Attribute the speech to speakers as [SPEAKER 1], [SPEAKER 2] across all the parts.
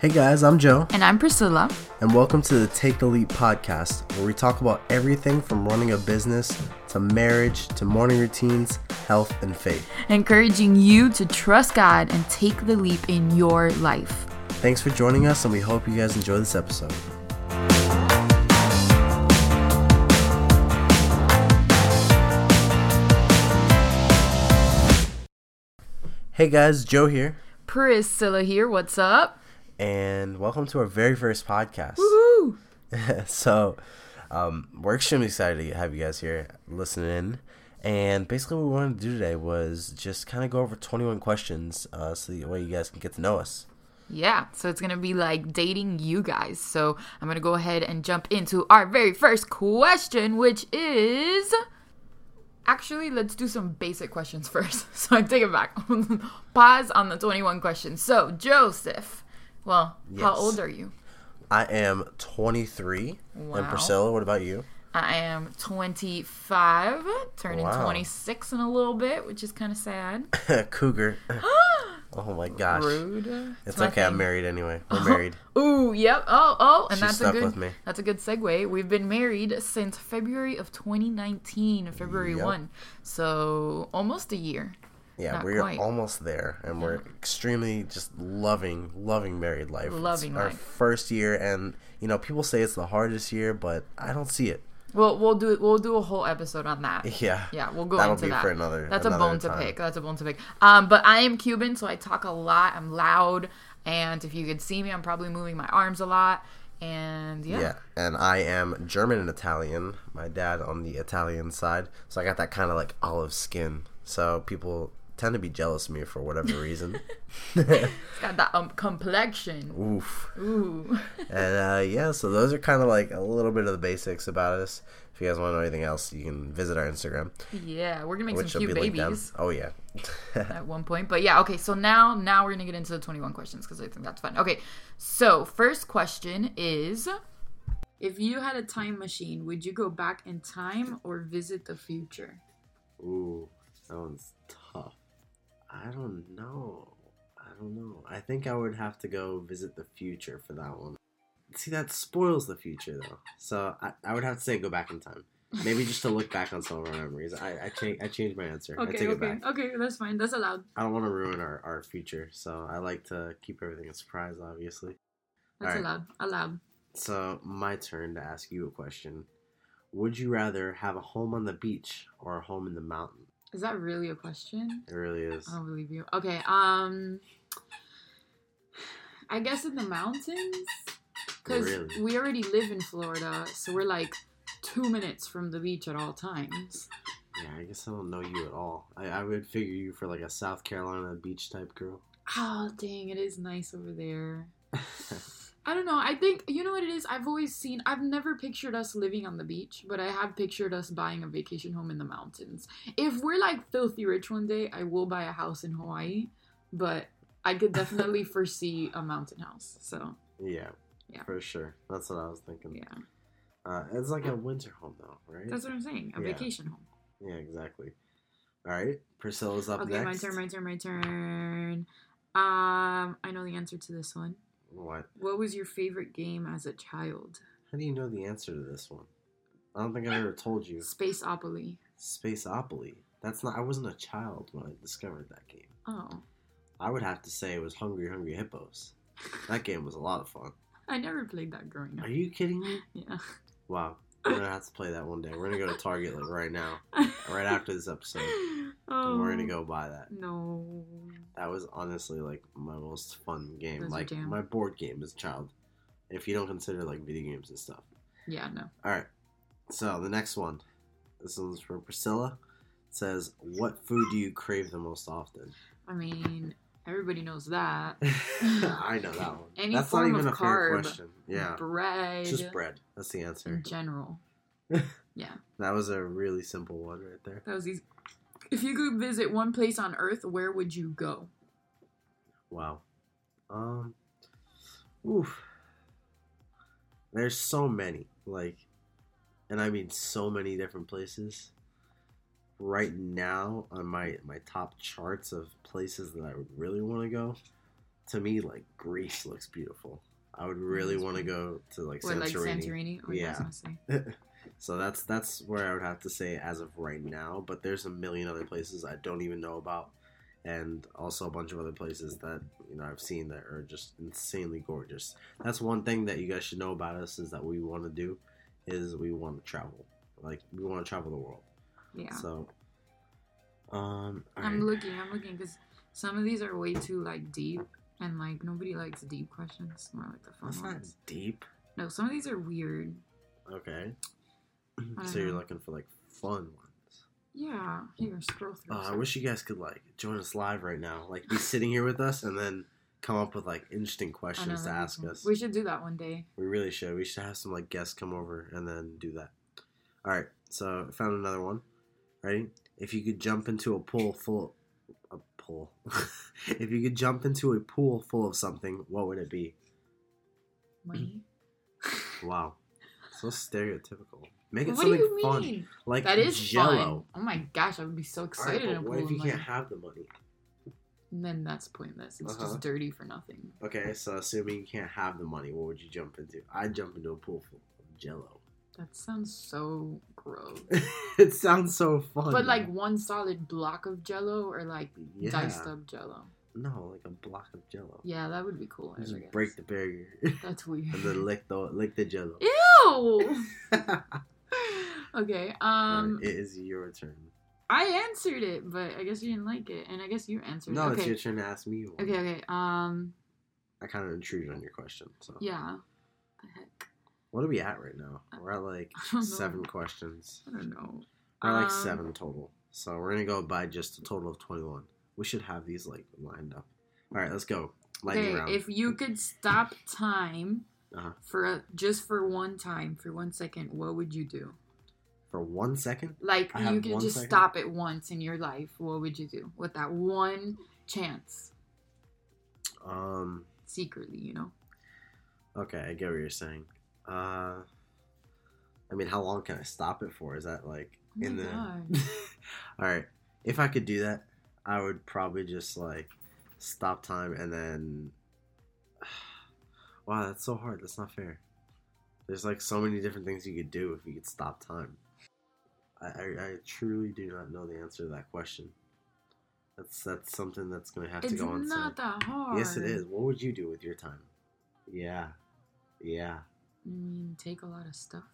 [SPEAKER 1] Hey guys, I'm Joe,
[SPEAKER 2] And I'm Priscilla.
[SPEAKER 1] and welcome to the Take the Leap podcast, where we talk about everything from running a business to marriage to morning routines, health, and faith.
[SPEAKER 2] encouraging you to trust God and take the leap in your life.
[SPEAKER 1] Thanks for joining us, and we hope you guys enjoy this episode. Hey guys, Joe here,
[SPEAKER 2] Priscilla here, what's up?
[SPEAKER 1] and welcome to our very first podcast.
[SPEAKER 2] Woo!
[SPEAKER 1] so um, we're extremely excited to have you guys here listening in and basically what we wanted to do today was just kind of go over 21 questions uh, so that way you guys can get to know us
[SPEAKER 2] Yeah, so it's gonna be like dating you guys. So I'm gonna go ahead and jump into our very first question, which is actually let's do some basic questions first. So I take it back. Pause on the 21 questions. So Joseph, well, how
[SPEAKER 1] Yes.
[SPEAKER 2] old are you?
[SPEAKER 1] i am 23 and
[SPEAKER 2] Wow.
[SPEAKER 1] priscilla what about you
[SPEAKER 2] I am 25, turning
[SPEAKER 1] Wow.
[SPEAKER 2] 26 in a little bit, which is kind of sad.
[SPEAKER 1] cougar oh my gosh
[SPEAKER 2] Rude.
[SPEAKER 1] it's
[SPEAKER 2] my
[SPEAKER 1] okay i'm
[SPEAKER 2] thing.
[SPEAKER 1] married anyway we're married
[SPEAKER 2] Ooh, yep. Oh, oh, and
[SPEAKER 1] She
[SPEAKER 2] that's a
[SPEAKER 1] stuck
[SPEAKER 2] good.
[SPEAKER 1] with me.
[SPEAKER 2] That's a good segue. We've been married since February of 2019, February
[SPEAKER 1] Yep.
[SPEAKER 2] one, so almost a year.
[SPEAKER 1] yeah
[SPEAKER 2] Not
[SPEAKER 1] we're
[SPEAKER 2] quite.
[SPEAKER 1] almost there and we're extremely just loving loving married life It's
[SPEAKER 2] Loving
[SPEAKER 1] our
[SPEAKER 2] life.
[SPEAKER 1] first year and you know people say it's the hardest year but i don't see it
[SPEAKER 2] We'll we'll do we'll do a whole episode on that.
[SPEAKER 1] yeah
[SPEAKER 2] Yeah, we'll go
[SPEAKER 1] That'll
[SPEAKER 2] into
[SPEAKER 1] be
[SPEAKER 2] that.
[SPEAKER 1] for another-
[SPEAKER 2] That's
[SPEAKER 1] another
[SPEAKER 2] a bone
[SPEAKER 1] time.
[SPEAKER 2] to pick. That's a bone to pick. Um, but I am Cuban, so I talk a lot. I'm loud, and if you could see me, I'm probably moving my arms a lot. And yeah,
[SPEAKER 1] Yeah, and I am German and Italian. My dad on the Italian side, so I got that kind of like olive skin. So people tend to be jealous of me for whatever reason.
[SPEAKER 2] it's got that um, complexion.
[SPEAKER 1] Oof.
[SPEAKER 2] Ooh.
[SPEAKER 1] And uh, yeah, so those are kind of like a little bit of the basics about us. If you guys want to know anything else, you can visit our Instagram,
[SPEAKER 2] yeah, we're gonna make
[SPEAKER 1] which
[SPEAKER 2] some
[SPEAKER 1] will be
[SPEAKER 2] cute
[SPEAKER 1] linked down.
[SPEAKER 2] babies.
[SPEAKER 1] Oh yeah,
[SPEAKER 2] at one point. But yeah, okay. So now now we're gonna get into the 21 questions because I think that's fun. Okay, so first question is: If you had a time machine, would you go back in time or visit the future?
[SPEAKER 1] Ooh, that one's tough. I don't know. I don't know. I think I would have to go visit the future for that one. See, that spoils the future, though. So I, I would have to say go back in time. Maybe just to look back on some of our memories. I, I, change, I changed my answer. I take it back.
[SPEAKER 2] okay, that's fine. That's allowed.
[SPEAKER 1] I don't want to ruin our, our future, so I like to keep everything a surprise, obviously. That's Alright.
[SPEAKER 2] allowed. Allowed.
[SPEAKER 1] So, my turn to ask you a question. Would you rather have a home on the beach or a home in the mountain?
[SPEAKER 2] Is that really a question?
[SPEAKER 1] It really is.
[SPEAKER 2] I don't believe you. Okay. Um, I guess in the mountains because
[SPEAKER 1] Really?
[SPEAKER 2] we already live in Florida, so we're like two minutes from the beach at all times.
[SPEAKER 1] Yeah, I guess I don't know you at all. I, I would figure you for like a South Carolina beach type girl.
[SPEAKER 2] Oh, dang, it is nice over there. I don't know. I think, you know what it is? I've always seen, I've never pictured us living on the beach, but I have pictured us buying a vacation home in the mountains. If we're like filthy rich one day, I will buy a house in Hawaii, but I could definitely foresee a mountain house. So,
[SPEAKER 1] yeah,
[SPEAKER 2] Yeah.
[SPEAKER 1] for sure. That's what I was thinking.
[SPEAKER 2] yeah,
[SPEAKER 1] Uh, it's like a winter home though, right?
[SPEAKER 2] that's what I'm saying. A
[SPEAKER 1] Yeah.
[SPEAKER 2] vacation home.
[SPEAKER 1] yeah, exactly. All right, Priscilla's up
[SPEAKER 2] okay,
[SPEAKER 1] next.
[SPEAKER 2] my turn, my turn, my turn. Um, I know the answer to this one.
[SPEAKER 1] What?
[SPEAKER 2] What was your favorite game as a child?
[SPEAKER 1] How do you know the answer to this one? I don't think I ever told you.
[SPEAKER 2] Spaceopoly.
[SPEAKER 1] Spaceopoly. That's not. I wasn't a child when I discovered that game.
[SPEAKER 2] Oh.
[SPEAKER 1] I would have to say it was Hungry Hungry Hippos. That game was a lot of fun.
[SPEAKER 2] I never played that growing up.
[SPEAKER 1] Are you kidding me?
[SPEAKER 2] Yeah.
[SPEAKER 1] Wow. We're gonna have to play that one day. We're gonna go to Target like right now. right after this episode.
[SPEAKER 2] Oh,
[SPEAKER 1] And we're gonna go buy that.
[SPEAKER 2] No.
[SPEAKER 1] That was honestly like my most fun game.
[SPEAKER 2] Those are
[SPEAKER 1] like
[SPEAKER 2] jam.
[SPEAKER 1] my board game as a child. If you don't consider like video games and stuff.
[SPEAKER 2] Yeah, no.
[SPEAKER 1] Alright. So the next one. This one's from Priscilla. It says, What food do you crave the most often?
[SPEAKER 2] I mean, everybody knows that.
[SPEAKER 1] I know that one.
[SPEAKER 2] Any
[SPEAKER 1] That's
[SPEAKER 2] form
[SPEAKER 1] not even
[SPEAKER 2] of
[SPEAKER 1] a fair
[SPEAKER 2] carb.
[SPEAKER 1] question. Yeah.
[SPEAKER 2] Bread.
[SPEAKER 1] Just bread. That's the answer.
[SPEAKER 2] In general.
[SPEAKER 1] That was a really simple one right there.
[SPEAKER 2] That was easy. If you could visit one place on Earth, where would you go?
[SPEAKER 1] Wow. Um. Oof. There's so many, like, and I mean so many different places. Right now, on my my top charts of places that I would really want to go, to me, like Greece looks beautiful. I would really
[SPEAKER 2] it's
[SPEAKER 1] want to
[SPEAKER 2] pretty.
[SPEAKER 1] go to like
[SPEAKER 2] What,
[SPEAKER 1] Santorini.
[SPEAKER 2] like Santorini? Oh, yeah. I was
[SPEAKER 1] Yeah.
[SPEAKER 2] gonna say.
[SPEAKER 1] so that's that's where I would have to say as of right now. But there's a million other places I don't even know about, and also a bunch of other places that you know I've seen that are just insanely gorgeous. That's one thing that you guys should know about us is that we want to do is we want to travel. Like we want to travel the world.
[SPEAKER 2] Yeah.
[SPEAKER 1] So, um, all
[SPEAKER 2] I'm
[SPEAKER 1] right.
[SPEAKER 2] looking, I'm looking, because some of these are way too like deep, and like nobody likes deep questions. More like the
[SPEAKER 1] that's
[SPEAKER 2] fun
[SPEAKER 1] not
[SPEAKER 2] ones.
[SPEAKER 1] deep.
[SPEAKER 2] No, some of these are weird.
[SPEAKER 1] Okay.
[SPEAKER 2] I
[SPEAKER 1] So you're
[SPEAKER 2] know.
[SPEAKER 1] looking for like fun ones.
[SPEAKER 2] Yeah, here, scroll through.
[SPEAKER 1] Uh, I
[SPEAKER 2] some.
[SPEAKER 1] wish you guys could like join us live right now, like be sitting here with us, and then come up with like interesting
[SPEAKER 2] I know,
[SPEAKER 1] questions to
[SPEAKER 2] that'd be
[SPEAKER 1] ask
[SPEAKER 2] cool.
[SPEAKER 1] us.
[SPEAKER 2] We should do that one day.
[SPEAKER 1] We really should. We should have some like guests come over and then do that. All right. So I found another one. Ready? If you could jump into a pool full, a pool. if you could jump into a pool full of something, what would it be? Mm-hmm.
[SPEAKER 2] Money.
[SPEAKER 1] Wow, so stereotypical. Make it
[SPEAKER 2] what do
[SPEAKER 1] something
[SPEAKER 2] you
[SPEAKER 1] fun,
[SPEAKER 2] mean?
[SPEAKER 1] like
[SPEAKER 2] That is
[SPEAKER 1] Jello.
[SPEAKER 2] fun. Oh my gosh, I would be so
[SPEAKER 1] All right,
[SPEAKER 2] excited. in a
[SPEAKER 1] but what
[SPEAKER 2] pool
[SPEAKER 1] if
[SPEAKER 2] of
[SPEAKER 1] you
[SPEAKER 2] money.
[SPEAKER 1] can't have the money?
[SPEAKER 2] And then that's pointless. It's
[SPEAKER 1] Uh-huh.
[SPEAKER 2] just dirty for nothing.
[SPEAKER 1] Okay, so assuming you can't have the money, what would you jump into? I'd jump into a pool full of jello.
[SPEAKER 2] That sounds so gross.
[SPEAKER 1] it sounds so fun.
[SPEAKER 2] But like one solid block of jello or like
[SPEAKER 1] yeah.
[SPEAKER 2] diced up jello.
[SPEAKER 1] No, like a block of jello.
[SPEAKER 2] Yeah, that would be cool. I
[SPEAKER 1] Just
[SPEAKER 2] guess.
[SPEAKER 1] break the barrier
[SPEAKER 2] That's weird.
[SPEAKER 1] and then lick the lick the jello.
[SPEAKER 2] Ew! okay.
[SPEAKER 1] Alright,
[SPEAKER 2] Um
[SPEAKER 1] it is your turn.
[SPEAKER 2] I answered it, but I guess you didn't like it. And I guess you answered
[SPEAKER 1] No,
[SPEAKER 2] it.
[SPEAKER 1] it's
[SPEAKER 2] Okay.
[SPEAKER 1] your turn to ask me. One.
[SPEAKER 2] okay, okay. Um
[SPEAKER 1] I kind of intruded on your question. So
[SPEAKER 2] yeah. The heck?
[SPEAKER 1] what are we at right now? We're at like
[SPEAKER 2] I don't know.
[SPEAKER 1] seven questions.
[SPEAKER 2] I don't know.
[SPEAKER 1] We're at like
[SPEAKER 2] Um,
[SPEAKER 1] seven total. So we're gonna go by just a total of twenty-one. We should have these like lined up. All right, let's go. Lightning
[SPEAKER 2] Okay,
[SPEAKER 1] round.
[SPEAKER 2] if you could stop time
[SPEAKER 1] Uh-huh.
[SPEAKER 2] for a, just for one time, for one second, what would you do?
[SPEAKER 1] For one second,
[SPEAKER 2] Like
[SPEAKER 1] I have
[SPEAKER 2] you could
[SPEAKER 1] one
[SPEAKER 2] just
[SPEAKER 1] second?
[SPEAKER 2] stop it once in your life. What would you do with that one chance?
[SPEAKER 1] um,
[SPEAKER 2] Secretly, you know.
[SPEAKER 1] okay, I get what you're saying. Uh, I mean, how long can I stop it for? Is that like
[SPEAKER 2] Oh
[SPEAKER 1] in
[SPEAKER 2] my
[SPEAKER 1] the?
[SPEAKER 2] God.
[SPEAKER 1] All right, if I could do that, I would probably just like stop time and then. Wow, that's so hard. That's not fair. There's like so many different things you could do if you could stop time. I, I, I truly do not know the answer to that question. That's that's something that's gonna have to
[SPEAKER 2] It's
[SPEAKER 1] go on.
[SPEAKER 2] not that hard.
[SPEAKER 1] Yes, it is. What would you do with your time? Yeah, yeah.
[SPEAKER 2] I mean, take a lot of stuff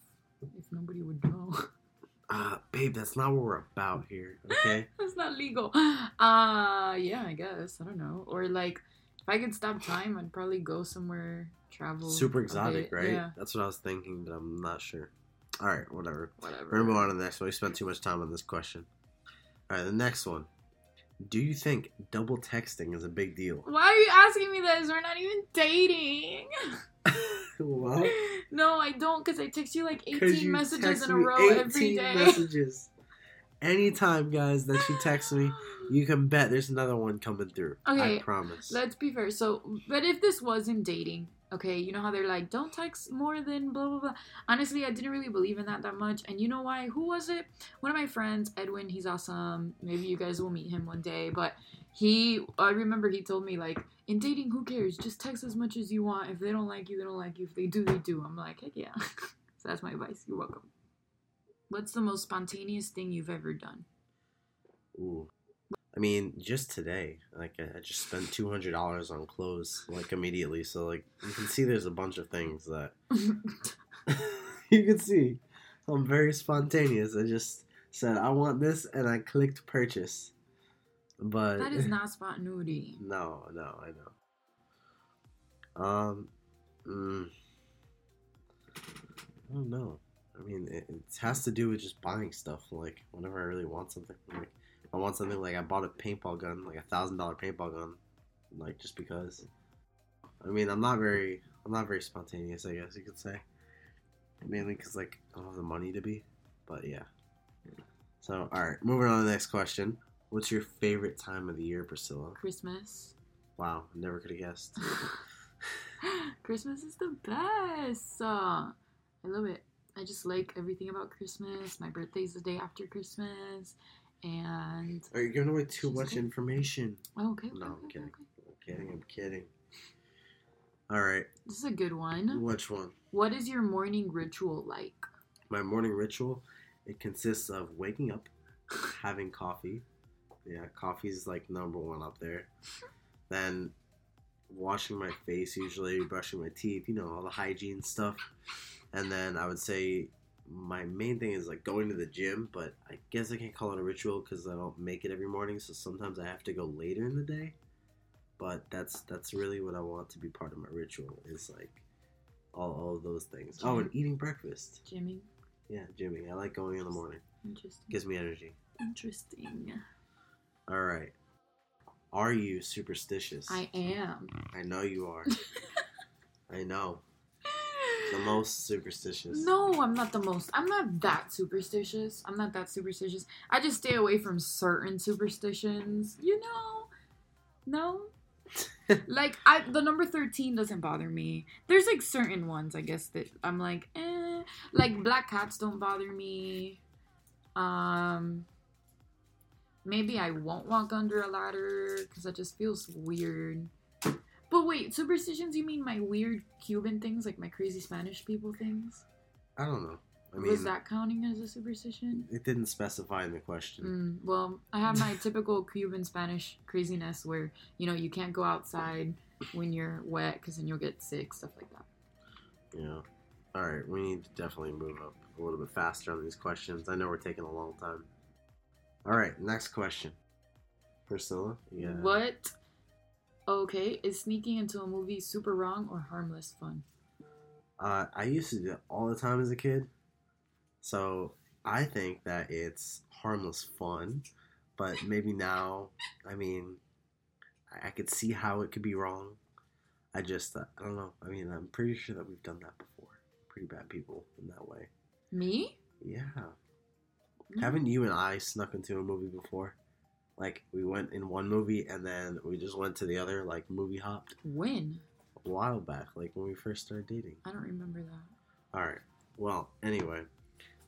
[SPEAKER 2] if nobody would know.
[SPEAKER 1] Uh, babe, that's not what we're about here. Okay.
[SPEAKER 2] That's not legal. Uh yeah, I guess. I don't know. Or like if I could stop time, I'd probably go somewhere, travel.
[SPEAKER 1] Super
[SPEAKER 2] a
[SPEAKER 1] exotic,
[SPEAKER 2] bit.
[SPEAKER 1] right?
[SPEAKER 2] Yeah,
[SPEAKER 1] That's what I was thinking, but I'm not sure. All right, whatever.
[SPEAKER 2] whatever.
[SPEAKER 1] We're gonna move on to the next one. We spent too much time on this question. All right, the next one. Do you think double texting is a big deal?
[SPEAKER 2] Why are you asking me this? We're not even dating.
[SPEAKER 1] well,
[SPEAKER 2] No, I don't, because I text you like
[SPEAKER 1] 'cause
[SPEAKER 2] 18
[SPEAKER 1] you
[SPEAKER 2] messages
[SPEAKER 1] text
[SPEAKER 2] in a
[SPEAKER 1] me
[SPEAKER 2] row every
[SPEAKER 1] 18
[SPEAKER 2] day.
[SPEAKER 1] Messages. Anytime, guys, that you text me, you can bet there's another one coming through. I
[SPEAKER 2] Okay,
[SPEAKER 1] promise.
[SPEAKER 2] Let's be fair. So, but if this wasn't dating, okay, you know how they're like, don't text more than blah blah blah. Honestly, I didn't really believe in that that much. And you know why? Who was it? One of my friends, Edwin. He's awesome. Maybe you guys will meet him one day. But he, I remember he told me like, in dating, who cares? Just text as much as you want. If they don't like you, they don't like you. If they do, they do. I'm like, heck yeah. so that's my advice. You're welcome. What's the most spontaneous thing you've ever done?
[SPEAKER 1] Ooh. I mean, just today, like I I just spent two hundred dollars on clothes, like immediately. So like you can see, there's a bunch of things that you can see. I'm very spontaneous. I just said I want this, and I clicked purchase. But
[SPEAKER 2] that is not spontaneity.
[SPEAKER 1] no, no, I know. Um, mm, I don't know. I mean, it, it has to do with just buying stuff. Like whenever I really want something, like I want something, like I bought a paintball gun, like a thousand dollar paintball gun, like just because. I mean, I'm not very, I'm not very spontaneous. I guess you could say, mainly because like I don't have the money to be. But yeah. So all right, moving on to the next question. What's your favorite time of the year, Priscilla?
[SPEAKER 2] Christmas.
[SPEAKER 1] Wow, never could have guessed.
[SPEAKER 2] Christmas is the best. Uh, I love it. I just like everything about Christmas. My birthday's the day after Christmas, and
[SPEAKER 1] Are you giving away too
[SPEAKER 2] She's
[SPEAKER 1] much
[SPEAKER 2] good.
[SPEAKER 1] information?
[SPEAKER 2] oh, okay. okay,
[SPEAKER 1] No, I'm
[SPEAKER 2] okay,
[SPEAKER 1] kidding.
[SPEAKER 2] okay.
[SPEAKER 1] I'm kidding. I'm kidding. All right.
[SPEAKER 2] This is a good one.
[SPEAKER 1] Which one?
[SPEAKER 2] What is your morning ritual like?
[SPEAKER 1] My morning ritual, it consists of waking up, having coffee. Yeah, coffee's like number one up there. Then washing my face usually, brushing my teeth, you know, all the hygiene stuff. And then I would say my main thing is like going to the gym, but I guess I can't call it a ritual because I don't make it every morning, so sometimes I have to go later in the day. But that's that's really what I want to be part of my ritual is like all, all of those things. Oh, and eating breakfast.
[SPEAKER 2] Jimmy?
[SPEAKER 1] Yeah, gymming. I like going in the morning.
[SPEAKER 2] Interesting.
[SPEAKER 1] Gives me energy.
[SPEAKER 2] Interesting.
[SPEAKER 1] All right. Are you superstitious?
[SPEAKER 2] I am.
[SPEAKER 1] I know you are. I know. The most superstitious.
[SPEAKER 2] No, I'm not the most. I'm not that superstitious. I'm not that superstitious. I just stay away from certain superstitions, you know. No. like I the number 13 doesn't bother me. There's like certain ones I guess that I'm like, eh. Like black cats don't bother me. Um maybe I won't walk under a ladder cuz that just feels weird. But wait, superstitions you mean my weird Cuban things like my crazy Spanish people things?
[SPEAKER 1] I don't know. I
[SPEAKER 2] Was
[SPEAKER 1] mean,
[SPEAKER 2] that counting as a superstition?
[SPEAKER 1] it didn't specify in the question.
[SPEAKER 2] Mm, well, I have my typical Cuban Spanish craziness where you know you can't go outside when you're wet because then you'll get sick, stuff like that.
[SPEAKER 1] Yeah. All right. We need to definitely move up a little bit faster on these questions. I know we're taking a long time. All right. Next question. Priscilla? Yeah.
[SPEAKER 2] What? Okay, is sneaking into a movie super wrong or harmless fun?
[SPEAKER 1] Uh, I used to do it all the time as a kid. So I think that it's harmless fun, but maybe now, I mean, I, I could see how it could be wrong. I just, uh, I don't know. I mean, I'm pretty sure that we've done that before. Pretty bad people in that way.
[SPEAKER 2] Me?
[SPEAKER 1] Yeah.
[SPEAKER 2] Mm.
[SPEAKER 1] Haven't you and I snuck into a movie before? Like, we went in one movie and then we just went to the other, like, movie hopped
[SPEAKER 2] When?
[SPEAKER 1] a while back, like when we first started dating.
[SPEAKER 2] I don't remember that.
[SPEAKER 1] All right. Well, anyway,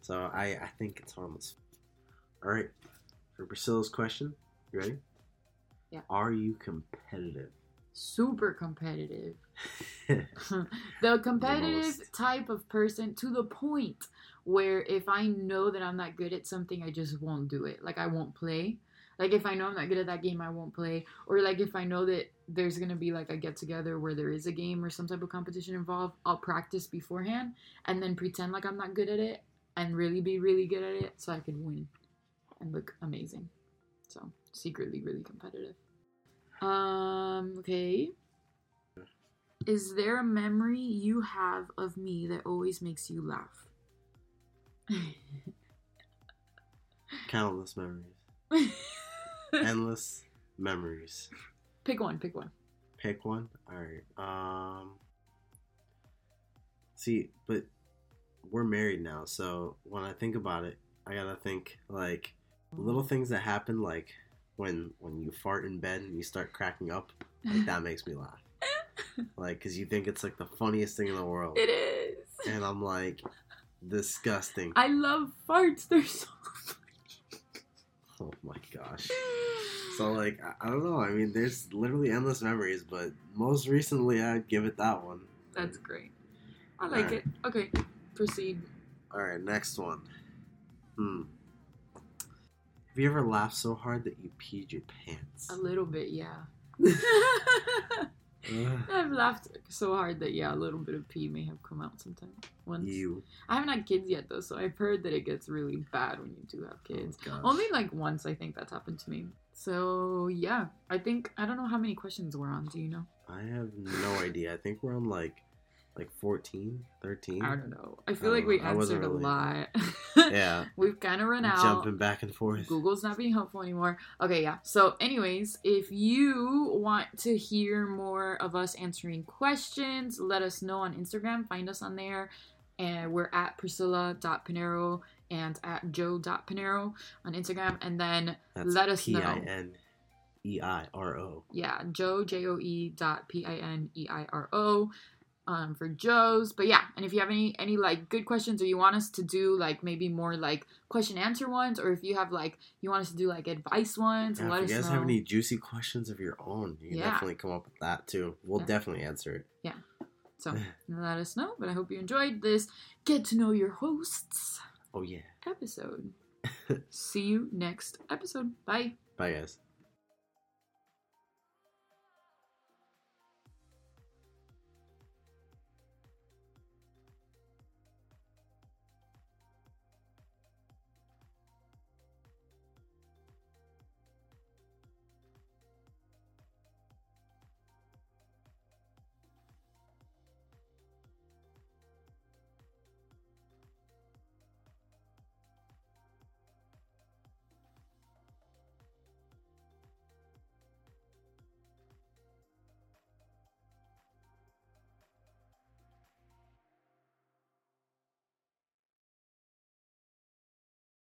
[SPEAKER 1] so I I think it's harmless. All right. For Priscilla's question, you ready?
[SPEAKER 2] Yeah.
[SPEAKER 1] Are you competitive?
[SPEAKER 2] Super competitive. the competitive
[SPEAKER 1] most.
[SPEAKER 2] type of person to the point where if I know that I'm not good at something, I just won't do it. Like I won't play. Like if I know I'm not good at that game, I won't play. Or like if I know that there's gonna be like a get together where there is a game or some type of competition involved, I'll practice beforehand and then pretend like I'm not good at it and really be really good at it so I could win and look amazing. So secretly really competitive. Um okay. Is there a memory you have of me that always makes you laugh?
[SPEAKER 1] Countless memories. Endless memories.
[SPEAKER 2] pick one, pick one.
[SPEAKER 1] Pick one. All right. Um. See, but we're married now, so when I think about it, I gotta think like little things that happen, like when when you fart in bed and you start cracking up. Like, that makes me laugh. Like, cause you think it's like the funniest thing in the world,
[SPEAKER 2] It is.
[SPEAKER 1] and I'm like, disgusting.
[SPEAKER 2] I love farts. They're so
[SPEAKER 1] Oh my gosh.
[SPEAKER 2] funny.
[SPEAKER 1] So like, I, I don't know. I mean, there's literally endless memories, but most recently, I'd give it that one.
[SPEAKER 2] That's great. I like
[SPEAKER 1] Alright.
[SPEAKER 2] it. Okay, proceed.
[SPEAKER 1] All right, next one. Hmm. Have you ever laughed so hard that you peed your pants?
[SPEAKER 2] A little bit, yeah.
[SPEAKER 1] Ugh,
[SPEAKER 2] I've laughed so hard that yeah, a little bit of pee may have come out sometime. Once
[SPEAKER 1] you.
[SPEAKER 2] I haven't had kids yet though, so I've heard that it gets really bad when you do have kids.
[SPEAKER 1] Oh, gosh.
[SPEAKER 2] Only like once I think that's happened to me. So yeah, I think I don't know how many questions we're on. Do you know?
[SPEAKER 1] I have no idea. I think we're on like, like 14, 13.
[SPEAKER 2] I don't know. I feel
[SPEAKER 1] I
[SPEAKER 2] like
[SPEAKER 1] don't
[SPEAKER 2] we
[SPEAKER 1] know. Oh, I wasn't
[SPEAKER 2] answered a
[SPEAKER 1] really-
[SPEAKER 2] lot.
[SPEAKER 1] Yeah.
[SPEAKER 2] We've kind of run out.
[SPEAKER 1] Jumping back and forth.
[SPEAKER 2] Google's not being helpful anymore. Okay, yeah. So, anyways, if you want to hear more of us answering questions, let us know on Instagram. Find us on there. And we're at priscilla.pinero and at joe.pinero on Instagram. And then,
[SPEAKER 1] That's
[SPEAKER 2] Let us know.
[SPEAKER 1] E P-I-N-E-I-R-O.
[SPEAKER 2] yeah, joe, J O E dot P I N E I R O. um, for Joe's. But yeah, and if you have any any like good questions or you want us to do like maybe more like question answer ones, or if you have like you want us to do like advice ones,
[SPEAKER 1] Yeah,
[SPEAKER 2] let
[SPEAKER 1] if
[SPEAKER 2] us
[SPEAKER 1] you guys
[SPEAKER 2] know.
[SPEAKER 1] have any juicy questions of your own, you can
[SPEAKER 2] Yeah.
[SPEAKER 1] definitely come up with that too. We'll
[SPEAKER 2] Yeah.
[SPEAKER 1] definitely answer it.
[SPEAKER 2] so let us know. But I hope you enjoyed this get to know your hosts
[SPEAKER 1] Oh yeah.
[SPEAKER 2] episode. See you next episode. Bye.
[SPEAKER 1] Bye guys.